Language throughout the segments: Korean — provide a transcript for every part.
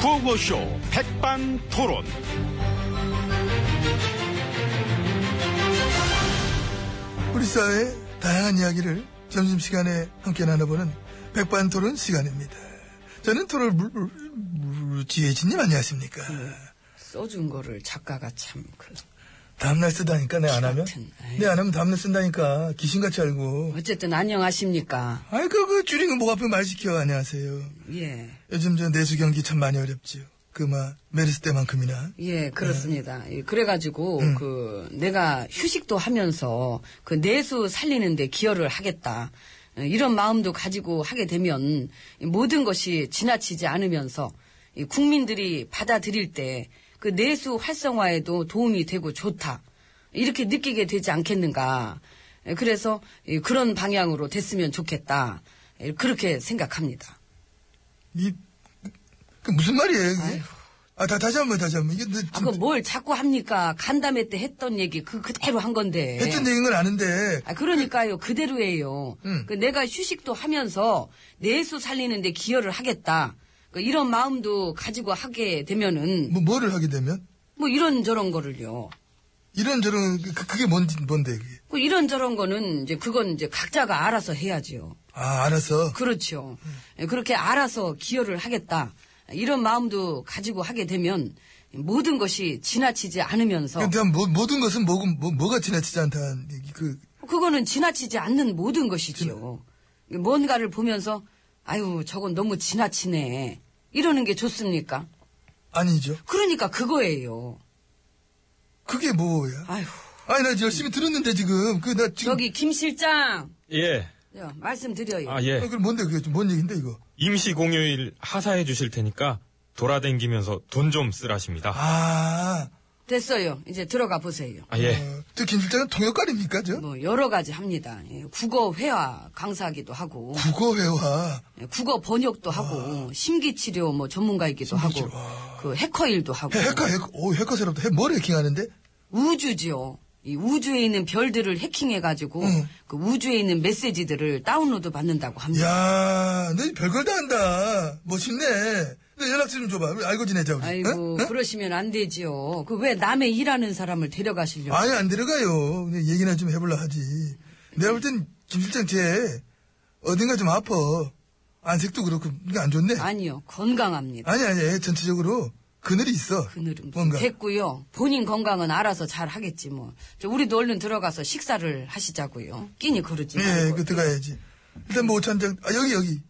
구호쇼 백반토론. 우리 사회의 다양한 이야기를 점심시간에 함께 나눠보는 백반토론 시간입니다. 저는 토론 물, 물, 물, 지혜진님 안녕하십니까. 써준 거를 작가가 참 그. 다음날 쓰다니까 내 안 하면? 같은, 아이. 내 안 하면 다음날 쓴다니까 귀신같이 알고. 어쨌든 안녕하십니까. 아이 그, 그 줄인 거목 앞에 말 시켜 안녕하세요. 예. 요즘 저 내수 경기 참 많이 어렵지요. 그마 메르스 때만큼이나. 예, 그렇습니다. 예, 그래가지고, 음. 그, 내가 휴식도 하면서, 그, 내수 살리는데 기여를 하겠다. 예, 이런 마음도 가지고 하게 되면, 이 모든 것이 지나치지 않으면서, 이 국민들이 받아들일 때, 그 내수 활성화에도 도움이 되고 좋다. 이렇게 느끼게 되지 않겠는가. 예, 그래서, 이 그런 방향으로 됐으면 좋겠다. 예, 그렇게 생각합니다. 이, 그 무슨 말이에요, 이게? 아이고. 아, 다, 다시 한 번, 다시 한 번. 이게 너 아, 지금 그 뭘 자꾸 합니까? 간담회 때 했던 얘기 그 그대로 한 건데. 했던 얘기인 건 아는데, 아, 그러니까요. 그대로예요. 음. 그 내가 휴식도 하면서 내수 살리는데 기여를 하겠다. 그 이런 마음도 가지고 하게 되면은 뭐, 뭐를 하게 되면? 뭐 이런 저런 거를요. 이런저런, 그, 그게 뭔, 뭔데, 그게? 그 이런 저런 거는 이제 그건 이제 각자가 알아서 해야지요. 아, 알았어. 그렇죠. 예, 그렇게 알아서 기여를 하겠다. 이런 마음도 가지고 하게 되면 모든 것이 지나치지 않으면서 근데 한 뭐, 모든 것은 뭐고, 뭐, 뭐가 지나치지 않다는, 얘기, 그, 그거는 지나치지 않는 모든 것이지요. 뭔가를 보면서 아유 저건 너무 지나치네 이러는 게 좋습니까? 아니죠. 그러니까 그거예요. 그게 뭐야? 아유 아니, 나 열심히 들었는데, 지금. 그, 나 지금. 저기 김 실장 예. 야, 말씀드려요. 아, 아, 예. 그럼 뭔데, 그게 좀 뭔 얘기인데, 이거? 임시 공휴일 하사해 주실 테니까 돌아댕기면서 돈 좀 쓰라십니다. 아, 됐어요. 이제 들어가 보세요. 아, 예. 어, 저 김실장은 통역관입니까, 저? 뭐 여러 가지 합니다. 예, 국어 회화 강사기도 하고 국어회화. 예, 국어 번역도 하고 심기치료 뭐 전문가이기도 하고 그 해커 일도 하고 해, 해커, 해커, 오, 해커스럽다. 해, 뭘 해킹하는데? 우주지요. 이 우주에 있는 별들을 해킹해가지고 응. 그 우주에 있는 메시지들을 다운로드 받는다고 합니다. 야, 너 별걸 다 한다. 멋있네. 너 연락처 좀 줘봐. 우리 알고 지내자, 우리. 아이고 어? 어? 그러시면 안 되지요. 그 왜 남의 일하는 사람을 데려가시려고? 아예 안 들어가요. 그냥 얘기나 좀 해볼라 하지. 내가 볼 땐 김실장 쟤 어딘가 좀 아파. 안색도 그렇고 이게 안 좋네. 아니, 요 건강합니다. 아니 아니 전체적으로 그늘이 있어. 그늘은 뭔가. 됐고요. 본인 건강은 알아서 잘 하겠지 뭐. 저 우리도 얼른 들어가서 식사를 하시자고요. 끼니 그러지 예, 말고. 그 들어가야지. 일단 뭐 오찬장 아 여기 여기.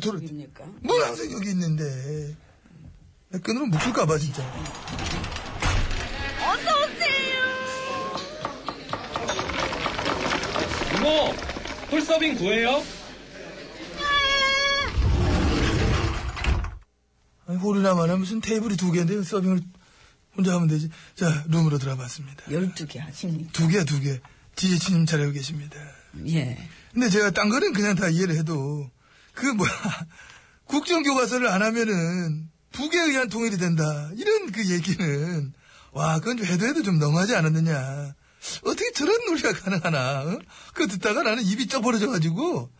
도로 입니까? 뭐 항상 여기 있는데. 나 끈으로 묶을까봐 진짜. 이모, 뭐, 풀서빙 구해요? 아니, 호르나마나 무슨 테이블이 두 개인데 서빙을 혼자 하면 되지. 자 룸으로 들어봤습니다. 12개 하십니까? 두 개 두 개. 지지치님 잘하고 계십니다. 예. 근데 제가 딴 거는 그냥 다 이해를 해도 그 뭐야 국정교과서를 안 하면은 북에 의한 통일이 된다 이런 그 얘기는 와 그건 좀 해도 해도 좀 너무하지 않았느냐 어떻게 저런 논리가 가능하나 어? 그거 듣다가 나는 입이 쪄버려져가지고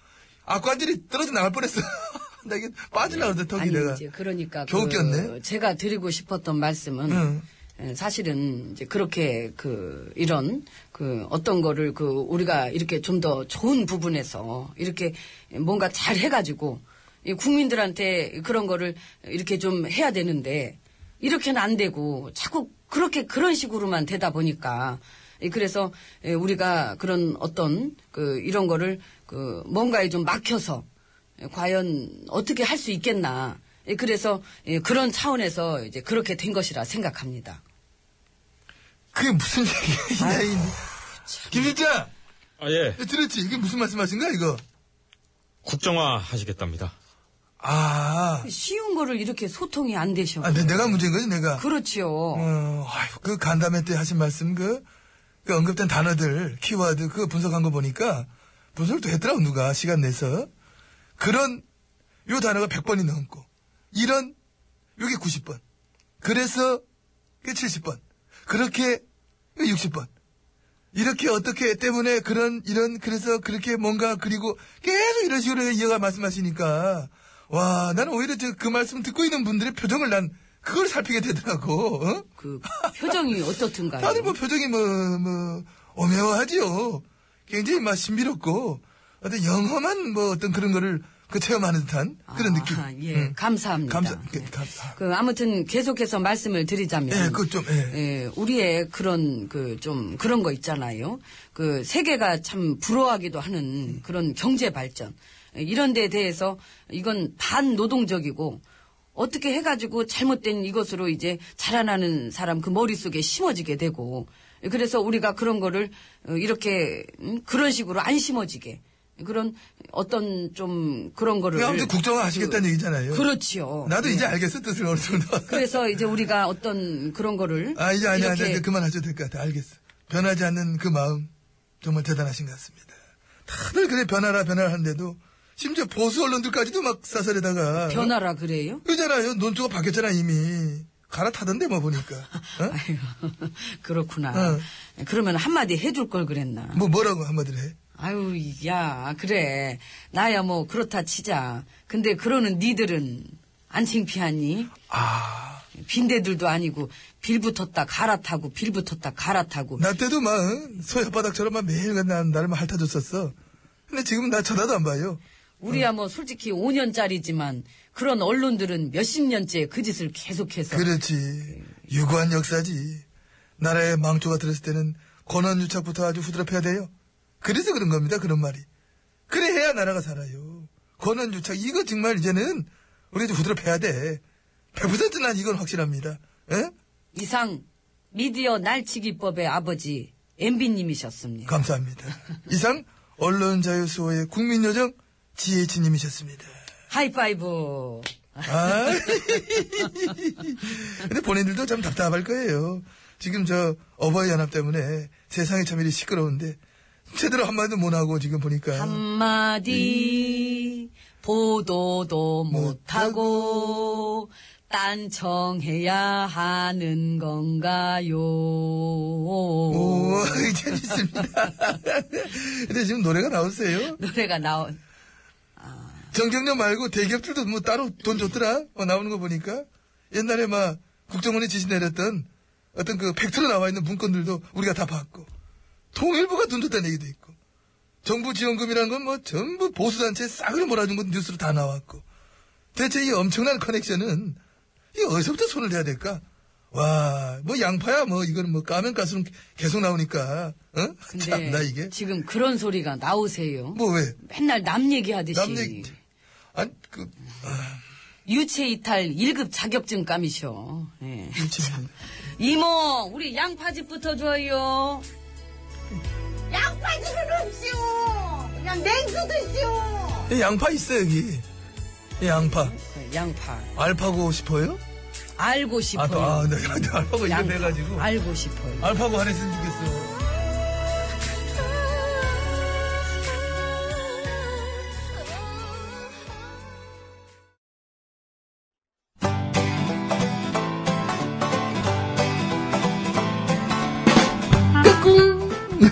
악관절이 떨어져 나갈 뻔했어 나 이게 빠질라는데 턱이 아니 내가 이제 그러니까 겨우 꼈네? 그 제가 드리고 싶었던 말씀은 응. 예, 사실은 이제 그렇게 그 이런 그 어떤 거를 그 우리가 이렇게 좀 더 좋은 부분에서 이렇게 뭔가 잘 해가지고 이 국민들한테 그런 거를 이렇게 좀 해야 되는데 이렇게는 안 되고 자꾸 그렇게 그런 식으로만 되다 보니까 예, 그래서 예, 우리가 그런 어떤 그 이런 거를 그 뭔가에 좀 막혀서 예, 과연 어떻게 할 수 있겠나. 예, 그래서 예, 그런 차원에서 이제 그렇게 된 것이라 생각합니다. 그게 무슨 얘기야 이 김실장 아, 예. 들었지 이게 무슨 말씀하신 거야 이거 국정화 하시겠답니다. 아 쉬운 거를 이렇게 소통이 안 되셔. 아, 내- 내가 문제인 거지 내가 그렇지요. 어, 아유, 그 간담회 때 하신 말씀, 그, 그 언급된 단어들, 키워드, 그거 분석한 거 보니까, 분석을 또 했더라고, 누가, 시간 내서. 그런, 요 단어가 100번이 넘고, 이런, 요게 90번. 그래서, 이게 70번. 그렇게, 이게 60번. 이렇게 어떻게 때문에 그런 이런 그래서 그렇게 뭔가 그리고 계속 이런 식으로 이어가 말씀하시니까 와, 나는 오히려 저 그 말씀 듣고 있는 분들의 표정을 난 그걸 살피게 되더라고. 어? 그 표정이 어떻든가요? 다들 뭐 표정이 뭐, 뭐, 오묘하지요. 굉장히 막 신비롭고, 어떤 영험한 뭐 어떤 그런 거를 그 체험하는 듯한 그런 아, 느낌. 음. 예, 응. 감사합니다. 감사, 그, 네. 감사. 그 아무튼 계속해서 말씀을 드리자면 예, 그거 좀, 예. 예, 우리의 그런 그 좀 그런 거 있잖아요. 그 세계가 참 부러워하기도 하는 그런 경제 발전 예, 이런 데에 대해서 이건 반노동적이고 어떻게 해가지고 잘못된 이것으로 이제 자라나는 사람 그 머릿속에 심어지게 되고 예, 그래서 우리가 그런 거를 어, 이렇게 음, 그런 식으로 안 심어지게 그런 어떤 좀 그런 거를 아무튼 국정화하시겠다는 얘기잖아요. 그 그렇지요. 나도 예. 이제 알겠어, 뜻을 어느 정도. 그래서 이제 우리가 어떤 그런 거를 아, 이제 아니, 이렇게 아니, 그만하셔도 될 것 같아. 알겠어. 변하지 않는 그 마음, 정말 대단하신 것 같습니다. 다들 그래, 변하라, 변하라 하는데도, 심지어 보수 언론들까지도 막 사설에다가. 변하라 그래요? 그잖아요. 논조가 바뀌었잖아, 이미. 갈아타던데, 뭐 보니까. 어? 아유, 그렇구나. 어. 그러면 한마디 해줄 걸 그랬나? 뭐, 뭐라고 한마디로 해? 아유, 야, 그래. 나야 뭐 그렇다 치자. 근데 그러는 니들은 안 창피하니? 아. 빈대들도 아니고 빌 붙었다 갈아타고 빌 붙었다 갈아타고 나 때도 막, 소옆바닥처럼 막 매일 난, 나를 막 핥아줬었어. 근데 지금 나 쳐다도 안 봐요. 우리야 뭐 솔직히 5년짜리지만 그런 언론들은 몇십 년째 그 짓을 계속해서 그렇지. 유구한 역사지. 나라의 망조가 들었을 때는 권한유착부터 아주 후드럽해야 돼요. 그래서 그런 겁니다, 그런 말이. 그래 해야 나라가 살아요. 권한유착, 이거 정말 이제는 우리 좀 후드럽해야 돼. 100%난 이건 확실합니다. 예? 이상 미디어 날치기법의 아버지 MB님이셨습니다. 감사합니다. 이상, 언론자유수호의 국민요정 GH님이셨습니다. 하이파이브. 아. 근데 본인들도 참 답답할 거예요. 지금 저 어버이 연합 때문에 세상이 참 이리 시끄러운데 제대로 한마디도 못 하고 지금 보니까 한마디 보도도 못하고 딴청해야 하는 건가요? 오, 재밌습니다. 근데 지금 노래가 나왔어요. 노래가 나온 정경련 말고 대기업들도 뭐 따로 돈 줬더라. 어, 나오는 거 보니까 옛날에 막 국정원이 지시 내렸던 어떤 그 팩트로 나와 있는 문건들도 우리가 다 봤고 통일부가 돈 줬다는 얘기도 있고 정부 지원금이라는 건 뭐 전부 보수단체 싹을 몰아준 건 뉴스로 다 나왔고 대체 이 엄청난 커넥션은 이 어디서부터 손을 대야 될까? 와, 뭐 양파야 뭐 이거는 뭐 까면 까수는 계속 나오니까 어? 근데 참나 이게 지금 그런 소리가 나오세요. 뭐 왜? 맨날 남 얘기하듯이 남 얘기 아니 그 유체 이탈 1급 자격증 감이셔. 예. 참. 이모, 우리 양파즙부터 줘요. 양파기를 없이요. 그냥 냉수 드시오. 이 양파 있어 여기. 이 양파. 그 양파. 알파고 싶어요? 알고 싶어요. 아, 또, 아, 나, 나, 나 알파고 이거 양파. 아. 돼가지고. 알고 싶어요. 알파고 안 했으면 좋겠어.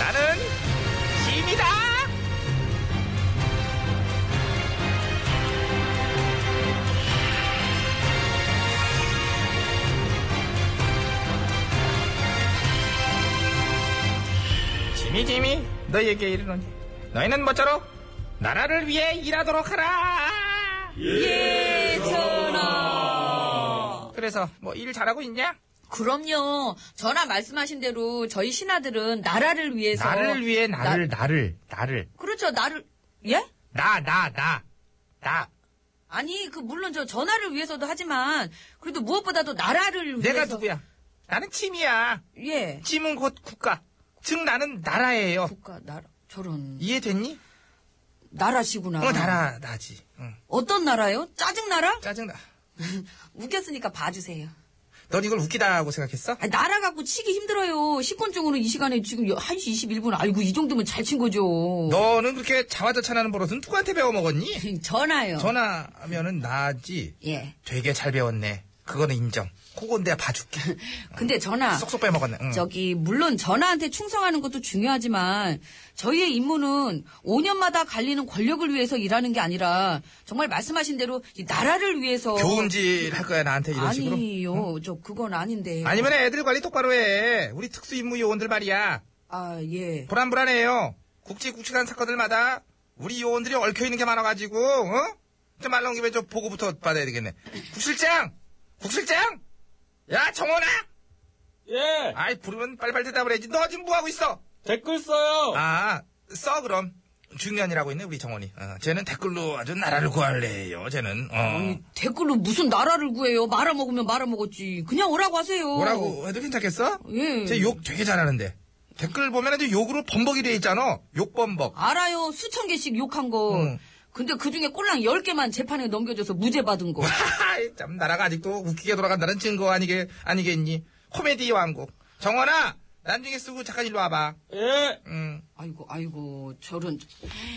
나는 힘이다. 지미 너희에게 이르노니 너희는 모쪼록 나라를 위해 일하도록 하라 예, 전하. 그래서 뭐 일 잘하고 있냐? 그럼요. 전하 말씀하신 대로 저희 신하들은 나라를 위해서. 나를 위해 나를 나를 나를 그렇죠. 나를, 예? 나 나 나 나 아니, 그, 물론 저 전하를 위해서도 하지만, 그래도 무엇보다도 나라를 위해서. 내가 누구야? 나는 침이야 예. 침은 곧 국가 즉 나는 나라예요 국가, 나라, 저런. 이해됐니? 나라시구나. 어 나라 나지 응. 어떤 나라요? 짜증나라? 짜증나 웃겼으니까 봐주세요. 넌 이걸 웃기다고 생각했어? 아, 나라 갖고 치기 힘들어요. 식곤증으로 이 시간에 지금 1시 21분. 아이고, 이 정도면 잘 친 거죠. 너는 그렇게 자화자찬하는 버릇은 누구한테 배워먹었니? 전화요. 전화하면은 나지 예. 되게 잘 배웠네. 그거는 인정. 그건 내가 봐줄게. 근데 전화. 쏙쏙 음. 빼먹었네. 응. 아, 저기 물론 전화한테 충성하는 것도 중요하지만 저희의 임무는 5년마다 갈리는 권력을 위해서 일하는 게 아니라 정말 말씀하신 대로 이 나라를 위해서 교훈질 할 거야 나한테 이런 식으로. 아니요 저 그건 아닌데 아니면 애들 관리 똑바로 해. 우리 특수임무 요원들 말이야. 아예 불안불안해요. 굵직굵직한 사건들마다 우리 요원들이 얽혀 있는 게 많아가지고. 어? 좀말 나온 김에 저 보고부터 받아야 되겠네. 국실장, 국실장. 야 정원아. 예, 아이 부르면 빨리빨리 대답을 해야지. 너 지금 뭐 하고 있어? 댓글 써요. 아, 써 그럼. 중년이라고 있네 우리 정원이. 어, 쟤는 댓글로 아주 나라를 구할래요. 쟤는. 어. 아니, 댓글로 무슨 나라를 구해요 말아먹으면 말아먹었지 그냥 오라고 하세요 뭐라고 해도 괜찮겠어? 예. 쟤 욕 되게 잘하는데. 댓글 보면 아주 욕으로 범벅이 돼 있잖아. 욕범벅. 알아요 수천 개씩 욕한 거 응. 근데 그중에 꼴랑 10개만 재판에 넘겨져서 무죄 받은 거 하하, 참 나라가 아직도 웃기게 돌아간다는 증거 아니게 아니겠니? 코미디 왕국. 정원아, 난중에 쓰고 잠깐 일로 와봐. 예, 음. 아이고 아이고 저런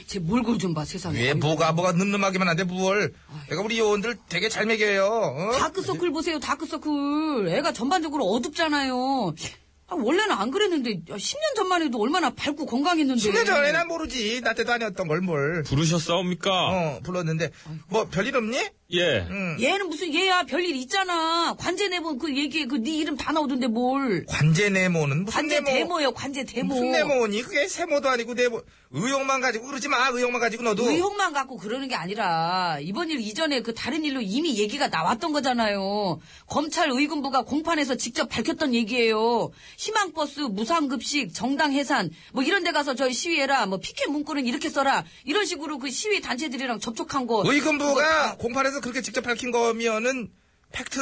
제 몰골 좀 봐 세상에 왜 아이고. 뭐가 뭐가 늠름하기만 한데 뭘? 내가 우리 요원들 되게 잘 먹여요. 어? 다크서클 보세요, 다크서클. 애가 전반적으로 어둡잖아요. 아, 원래는 안 그랬는데, 아, 10년 전만 해도 얼마나 밝고 건강했는데. 10년 전에 난 모르지. 나 때도 아니었던 걸 뭘. 부르셨사옵니까? 어, 불렀는데 뭐 별일 없니? 예. 응. 얘는 무슨 얘야, 별일 있잖아. 관제 네모 그 얘기에 그 네 이름 다 나오던데 뭘. 관제 네모는 무슨 관제 네모? 데모예요, 관제 데모. 무슨 네모니? 그게 세모도 아니고 네모. 의욕만 가지고 그러지 마. 의욕만 가지고 너도. 의혹만 갖고 그러는 게 아니라, 이번 일 이전에 그 다른 일로 이미 얘기가 나왔던 거잖아요. 검찰 의군부가 공판에서 직접 밝혔던 얘기예요. 희망버스, 무상급식, 정당해산, 뭐 이런 데 가서 저희 시위해라, 뭐 피켓 문구는 이렇게 써라, 이런 식으로 그 시위 단체들이랑 접촉한 거. 그거 의금부가 다 공판에서 그렇게 직접 밝힌 거면은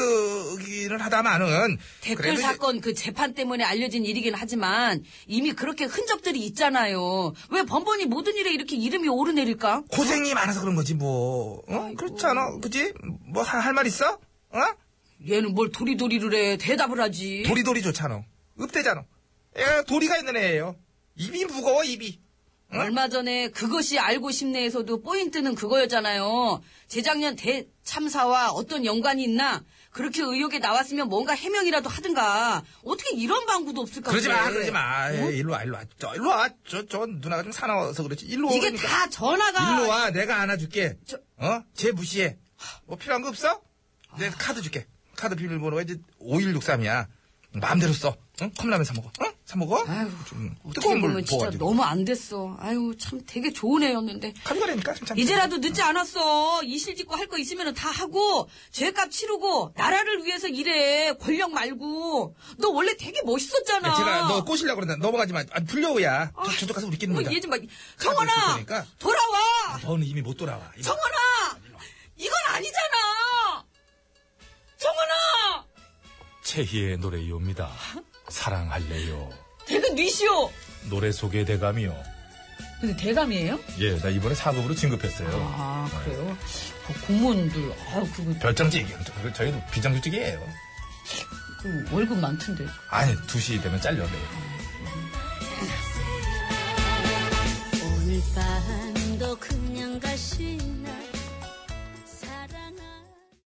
팩트기는 하다마는 댓글 사건 그 재판 때문에 알려진 일이긴 하지만 이미 그렇게 흔적들이 있잖아요. 왜 번번이 모든 일에 이렇게 이름이 오르내릴까? 고생이 많아서 그런 거지 뭐. 어? 그렇잖아. 그지? 뭐 할 말 있어? 어? 얘는 뭘 도리도리를 해. 대답을 하지. 도리도리 좋잖아. 읍대잖아. 애가 도리가 있는 애예요. 입이 무거워 입이. 응? 얼마 전에 그것이 알고 싶네에서도 포인트는 그거였잖아요. 재작년 대참사와 어떤 연관이 있나? 그렇게 의혹에 나왔으면 뭔가 해명이라도 하든가. 어떻게 이런 방구도 없을까? 어? 그러지 마, 그래. 그러지 마. 에이, 일로 와, 일로 와. 저, 일로 와. 저, 저 누나가 좀 사나워서 그렇지. 일로 와. 이게 그러니까. 다 전화가. 일로 와, 내가 안아줄게. 저- 어? 쟤 무시해. 뭐 필요한 거 없어? 내가 카드 줄게. 카드 비밀번호가 이제 5163이야. 마음대로 써. 응? 컵라면 사 먹어. 응? 사 먹어? 아유, 좀 어떻게 뜨거운 물 보면 진짜 부어가지고. 너무 안 됐어. 아유, 참 되게 좋은 애였는데. 카드 가라니까, 참, 참. 이제라도 늦지 않았어. 이실 짓고 할 거 있으면 다 하고, 죄값 치르고, 나라를 위해서 일해. 권력 말고. 너 원래 되게 멋있었잖아. 야, 예, 제가 너 꼬시려고 그런다. 넘어가지 마. 아, 불려오야. 저, 저쪽 가서 우리끼리 어머, 놀자. 뭐 얘 좀 막, 있을 정원아! 거니까. 돌아와! 너는 이미 못 돌아와. 이리 와. 정원아! 이건 아니잖아! 정원아! 체희의 노래이옵니다. 어? 사랑할래요. 대근 뉘시오! 노래 속의 대감이요. 근데 대감이에요? 예, 나 이번에 4급으로 진급했어요. 아, 그래요? 그 공무원들, 아 그거, 별장직, 그 저희도 비장직이에요. 그 월급 많던데. 아니, 2시 되면 잘려, 매일.